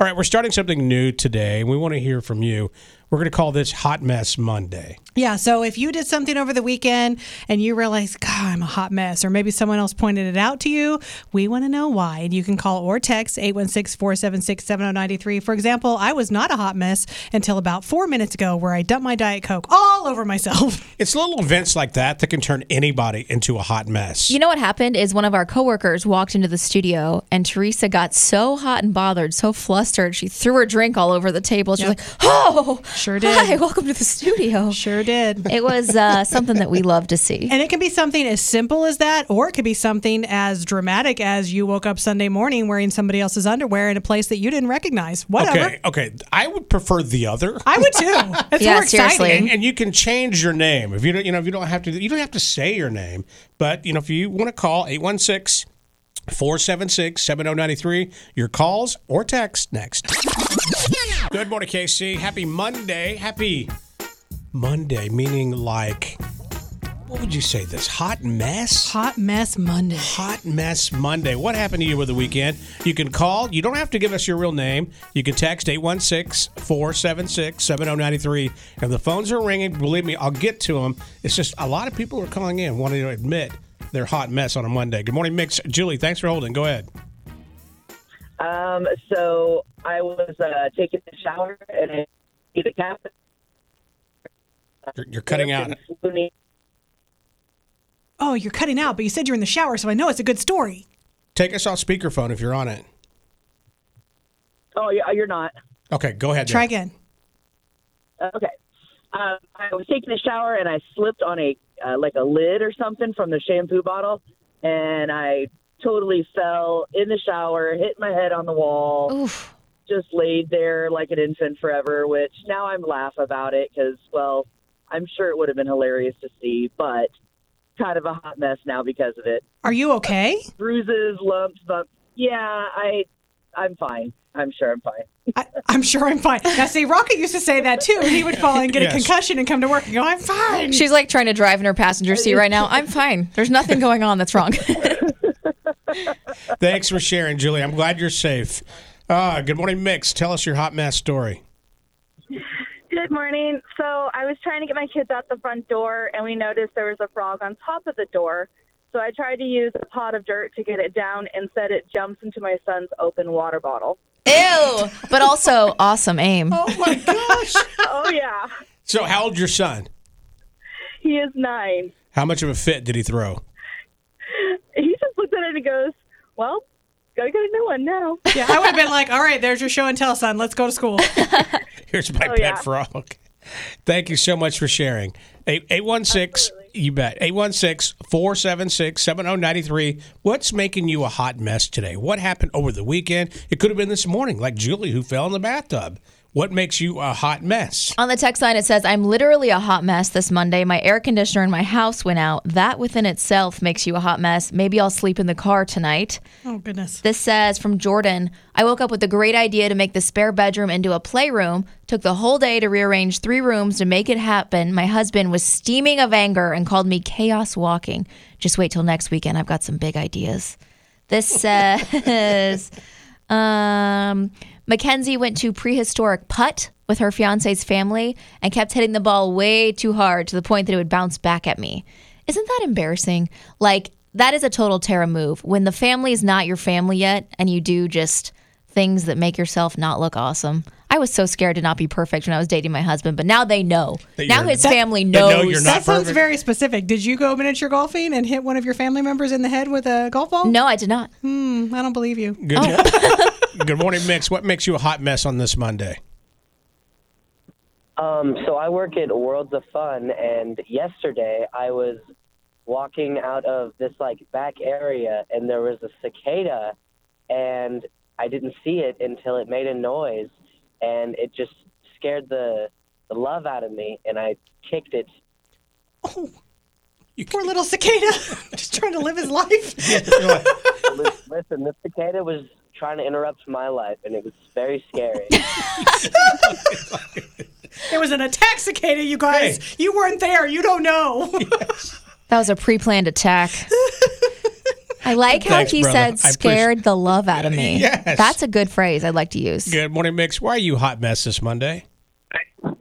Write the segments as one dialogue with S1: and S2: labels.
S1: All right, we're starting something new today, and we want to hear from you. We're going to call this Hot Mess Monday.
S2: Yeah. So if you did something over the weekend and you realize, God, I'm a hot mess, or maybe someone else pointed it out to you, we want to know why. And you can call or text 816 476 7093. For example, I was not a hot mess until about four minutes ago, where I dumped my Diet Coke all over myself.
S1: It's little events like that that can turn anybody into a hot mess.
S3: You know what happened is one of our coworkers walked into the studio and Teresa got so hot and bothered, so flustered, she threw her drink all over the table. She was like, "Oh,
S2: Sure did.
S3: Hi, welcome to the studio."
S2: Sure did.
S3: It was uh, something that we love to see.
S2: And it can be something as simple as that, or it could be something as dramatic as you woke up Sunday morning wearing somebody else's underwear in a place that you didn't recognize. Whatever.
S1: okay, okay. I would prefer the other.
S2: I would too. It's
S3: Yeah,
S2: more exciting.
S3: seriously.
S1: and, and you can change your name if you don't you know if you don't have to you don't have to say your name but you know if you want to call 816 476 7093 your calls or text next good morning kc happy monday happy monday meaning like what would you say this hot mess
S2: Hot mess Monday.
S1: Hot Mess Monday. What happened to you over the weekend? You can call. You don't have to give us your real name. You can text 816 476 7093. And the phones are ringing. Believe me, I'll get to them. It's just a lot of people are calling in wanting to admit their hot mess on a Monday. Good morning, Mix. Julie, thanks for holding. Go ahead.
S4: Um, so I was uh, taking a shower and I see the cap.
S1: You're, you're cutting out.
S4: Flew me-
S2: Oh, you're cutting out, but you said you're in the shower, so I know it's a good story.
S1: Take us off speakerphone if you're on it.
S4: Oh, yeah, you're not.
S1: Okay, go ahead.
S2: Try
S1: there.
S2: again.
S4: Okay. Um, I was taking a shower and I slipped on a uh, like a lid or something from the shampoo bottle, and I totally fell in the shower, hit my head on the wall,
S3: Oof.
S4: just laid there like an infant forever. Which now I'm laugh about it because well, I'm sure it would have been hilarious to see, but kind of a hot mess now because of it.
S2: Are you okay?
S4: bruises, lumps, bumps. Yeah, I, I'm fine. I'm sure I'm fine.
S2: I, I'm sure I'm fine. Now, see, Rocket used to say that too. He would fall and get
S1: Yes.
S2: a concussion and come to work and go, I'm fine.
S3: She's like trying to drive in her passenger seat right now. I'm fine. There's nothing going on that's wrong.
S1: Thanks for sharing, Julie. I'm glad you're safe. Uh, good morning, Mix. Tell us your hot mess story.
S5: Good morning. So I was trying to get my kids out the front door, and we noticed there was a frog on top of the door. So I tried to use a pot of dirt to get it down. Instead, it jumps into my son's open water bottle.
S3: Ew. But also, awesome aim.
S1: Oh, my gosh.
S5: Oh, yeah.
S1: so, how old's your son?
S5: He is nine.
S1: How much of a fit did he throw?
S5: He just looks at it and goes, Well, gotta get a new one now.
S2: Yeah, I would have been like, all right, there's your show and tell, son. Let's go to school.
S1: Here's my pet
S5: yeah.
S1: frog. Thank you so much for sharing. 816, you bet. 816 476 7093. What's making you a hot mess today? What happened over the weekend? It could have been this morning, like Julie who fell in the bathtub. What makes you a hot mess?
S3: On the text line, it says, I'm literally a hot mess this Monday. My air conditioner in my house went out. That within itself makes you a hot mess. Maybe I'll sleep in the car tonight.
S2: Oh, goodness.
S3: This says from Jordan I woke up with a great idea to make the spare bedroom into a playroom. Took the whole day to rearrange three rooms to make it happen. My husband was steaming of anger and called me chaos walking. Just wait till next weekend. I've got some big ideas. This says um, Mackenzie went to prehistoric putt with her fiance's family and kept hitting the ball way too hard to the point that it would bounce back at me. Isn't that embarrassing? Like, that is a total Tara move. When the family is not your family yet and you do just things that make yourself not look awesome. I was so scared to not be perfect when I was dating my husband, but now they know.
S1: That
S3: Now
S1: you're-
S3: his
S1: that-
S3: family
S1: they know
S3: knows.
S1: you're not
S2: That sounds
S1: perfect.
S2: very specific. Did you go miniature golfing and hit one of your family members in the head with a golf ball? Hmm,
S3: no, I did not.
S2: I don't believe you.
S1: Good, good morning, Mix. What makes you a hot mess on this Monday?
S4: Um, so I work at Worlds of Fun, and yesterday I was walking out of this like back area, and there was a cicada, and I didn't see it until it made a noise, and it just scared the the love out of me, and I kicked it.
S1: You,
S2: Poor little cicada. Just trying to live his life.
S1: you're like,
S4: Li- Listen, the cicada was trying to interrupt my life, and it was very scary.
S2: It was an attack cicada, you guys.
S1: Hey.
S2: You weren't there. You don't know.
S3: That was a pre planned attack. I like how
S1: Thanks,
S3: he
S1: brother. I
S3: said
S1: appreciate-
S3: scared the love out of me.
S1: Yes.
S3: That's a good phrase I'd like to use.
S1: Good morning, Mix. Why are you hot mess this Monday?
S6: Because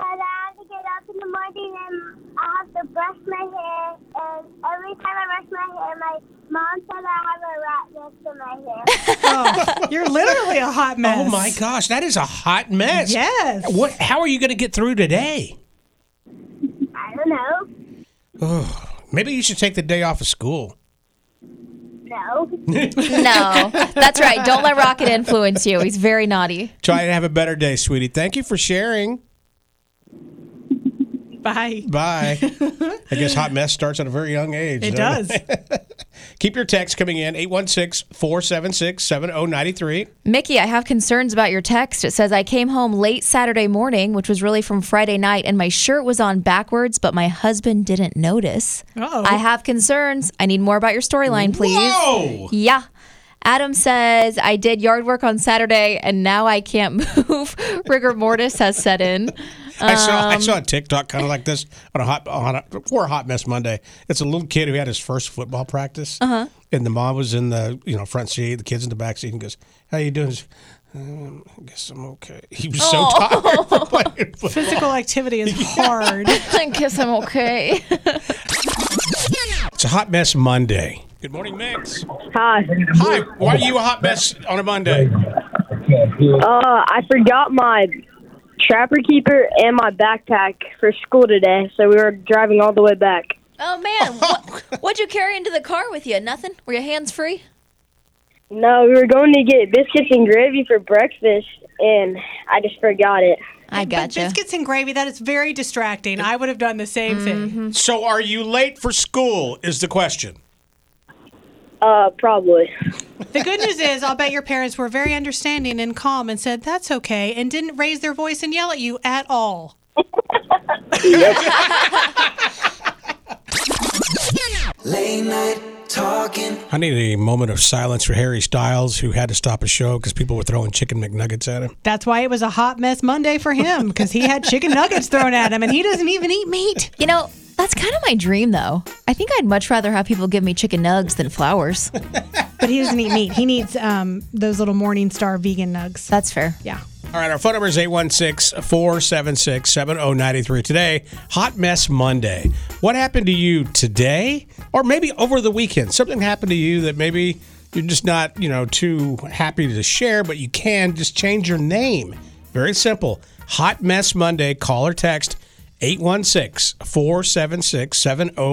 S6: I have to get up in the morning and I have to brush my hair. And every time I brush my hair, my mom said I have a rat next to my hair.
S2: Oh, you're literally a hot mess.
S1: Oh my gosh, that is a hot mess.
S2: Yes.
S1: What? How are you going to get through today?
S6: I don't know.
S1: Maybe you should take the day off of school.
S6: No.
S3: No, that's right. Don't let Rocket influence you. He's very naughty.
S1: Try to have a better day, sweetie. Thank you for sharing.
S2: Bye.
S1: Bye. I guess hot mess starts at a very young age.
S2: It
S1: doesn't
S2: does.
S1: Keep your text coming in 816 476 7093.
S3: Mickey, I have concerns about your text. It says I came home late Saturday morning, which was really from Friday night, and my shirt was on backwards, but my husband didn't notice.
S2: Uh-oh.
S3: I have concerns. I need more about your storyline, please.
S1: Oh. Whoa!
S3: Yeah. Adam says, I did yard work on Saturday and now I can't move. Rigor mortis has set in.
S1: I saw
S2: Um,
S1: I saw a TikTok kind of like this on a hot on a for a hot mess Monday. It's a little kid who had his first football practice,
S2: Uh-huh.
S1: and the mom was in the you know front seat, the kids in the back seat, and goes, "How you doing?" He's, Um, I guess I'm okay. He was so tired
S2: Oh.
S1: from playing football.
S2: Physical activity is hard.
S3: I guess I'm okay.
S1: It's a hot mess Monday. Good morning, Mix.
S7: Hi.
S1: Hi. Why are you a hot mess on a Monday?
S7: Uh, I forgot my trapper keeper and my backpack for school today, so we were driving all the way back.
S3: oh, man. What, what'd you carry into the car with you? Nothing? Were your hands free?
S7: No, we were going to get biscuits and gravy for breakfast, and I just forgot it.
S3: I
S2: But
S3: gotcha.
S2: biscuits and gravy, that is very distracting. I would have done the same thing.
S1: So, are you late for school? Is the question.
S7: Uh, probably.
S2: The good news is, I'll bet your parents were very understanding and calm and said, that's okay, and didn't raise their voice and yell at you at all.
S8: Late night talking.
S1: I need a moment of silence for Harry Styles, who had to stop a show because people were throwing chicken McNuggets at him.
S2: That's why it was a hot mess Monday for him because he had chicken nuggets thrown at him and he doesn't even eat meat.
S3: you know, that's kind of my dream, though. I think I'd much rather have people give me chicken nugs than flowers.
S2: But he doesn't eat meat. He needs um, those little Morning Star vegan nugs.
S3: That's fair.
S2: Yeah.
S1: All right, our phone number is 816 476 7093. Today, Hot Mess Monday. What happened to you today or maybe over the weekend? Something happened to you that maybe you're just not, you know, too happy to share, but you can just change your name. Very simple. Hot Mess Monday. Call or text 816 476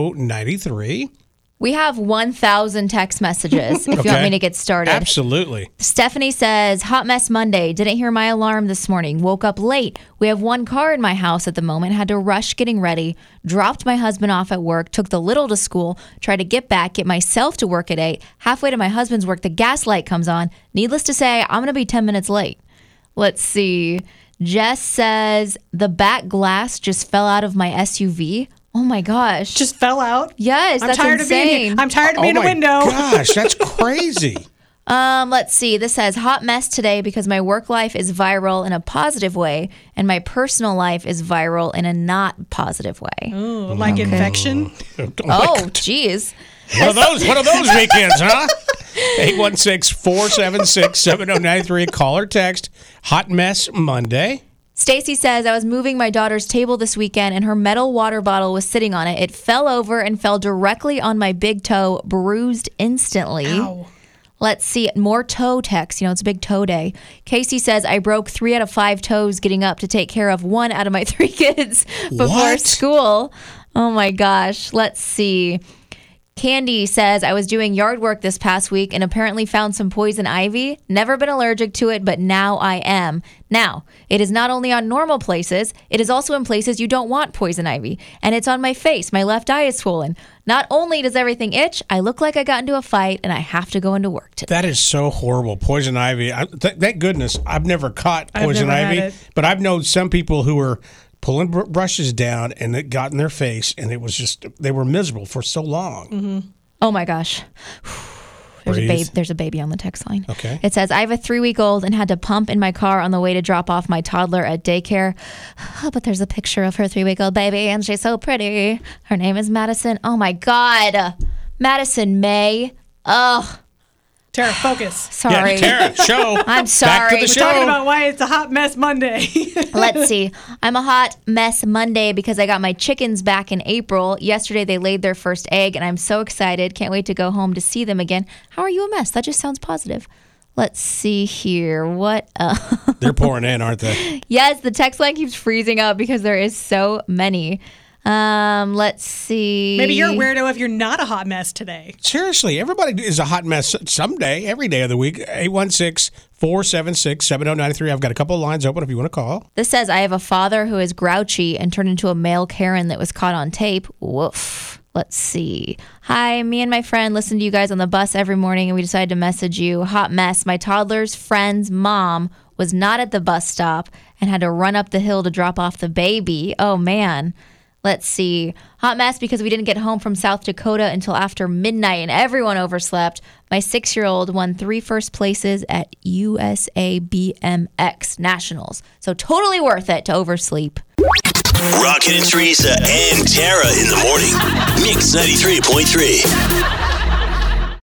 S1: 7093.
S3: We have 1,000 text messages if you want me to get started.
S1: Absolutely.
S3: Stephanie says, Hot mess Monday. Didn't hear my alarm this morning. Woke up late. We have one car in my house at the moment. Had to rush getting ready. Dropped my husband off at work. Took the little to school. Tried to get back. Get myself to work at 8. Halfway to my husband's work, the gas light comes on. Needless to say, I'm going to be 10 minutes late. Let's see. Jess says, The back glass just fell out of my SUV. Oh my gosh.
S2: Just fell out.
S3: yes,
S2: I'm
S3: that's
S2: tired
S3: insane.
S2: of being here. I'm tired of being
S1: oh
S2: a
S1: my
S2: window.
S1: Gosh, that's crazy.
S3: Um, let's see. This says hot mess today because my work life is viral in a positive way and my personal life is viral in a not positive way.
S2: Ooh, like infection.
S3: Oh, geez.
S1: One of those, one of those weekends, huh? 816-476-7093. Call or text. Hot mess Monday.
S3: Stacy says I was moving my daughter's table this weekend and her metal water bottle was sitting on it. It fell over and fell directly on my big toe, bruised instantly. Let's see more toe text. You know, it's a big toe day. Casey says I broke three out of five toes getting up to take care of one out of my three kids before
S1: What?
S3: school. Oh my gosh. Let's see. Candy says I was doing yard work this past week and apparently found some poison ivy. Never been allergic to it, but now I am. Now, it is not only on normal places, it is also in places you don't want poison ivy. And it's on my face. My left eye is swollen. Not only does everything itch, I look like I got into a fight and I have to go into work today.
S1: That is so horrible. Poison ivy. I, th- thank goodness I've never caught
S2: I've
S1: poison
S2: never had
S1: ivy,
S2: it.
S1: but I've known some people who were pulling br- brushes down and it got in their face and it was just they were miserable for so long.
S3: Oh my gosh. There's a,
S1: Breathe.
S3: babe, there's a baby on the text line.
S1: Okay.
S3: It says, I have a three week old and had to pump in my car on the way to drop off my toddler at daycare. Oh, but there's a picture of her three week old baby and she's so pretty. Her name is Madison. Oh my God. Madison May. Ugh,
S2: Tara, focus.
S3: sorry.
S1: Yeah, Tara, show. Back
S3: I'm
S1: to
S3: sorry.
S1: the
S3: We're
S1: show.
S2: Talking about why it's a hot mess Monday.
S3: Let's see. I'm a hot mess Monday because I got my chickens back in April. Yesterday they laid their first egg, and I'm so excited. Can't wait to go home to see them again. How are you a mess? That just sounds positive. Let's see here. What else?
S1: They're pouring in, aren't they?
S3: Yes, the text line keeps freezing up because there is so many. Um, let's see.
S2: Maybe you're a weirdo if you're not a hot mess today.
S1: Seriously, everybody is a hot mess someday, every day of the week. 816 476 7093. I've got a couple of lines open if you want to call.
S3: This says I have a father who is grouchy and turned into a male Karen that was caught on tape. Woof. Let's see. Hi, me and my friend listen to you guys on the bus every morning and we decided to message you. Hot mess. My toddler's friend's mom was not at the bus stop and had to run up the hill to drop off the baby. Oh man. Let's see. Hot mess because we didn't get home from South Dakota until after midnight and everyone overslept. My six year old won three first places at USA BMX Nationals. So totally worth it to oversleep.
S9: Rocket and Teresa and Tara in the morning. Mix 93.3.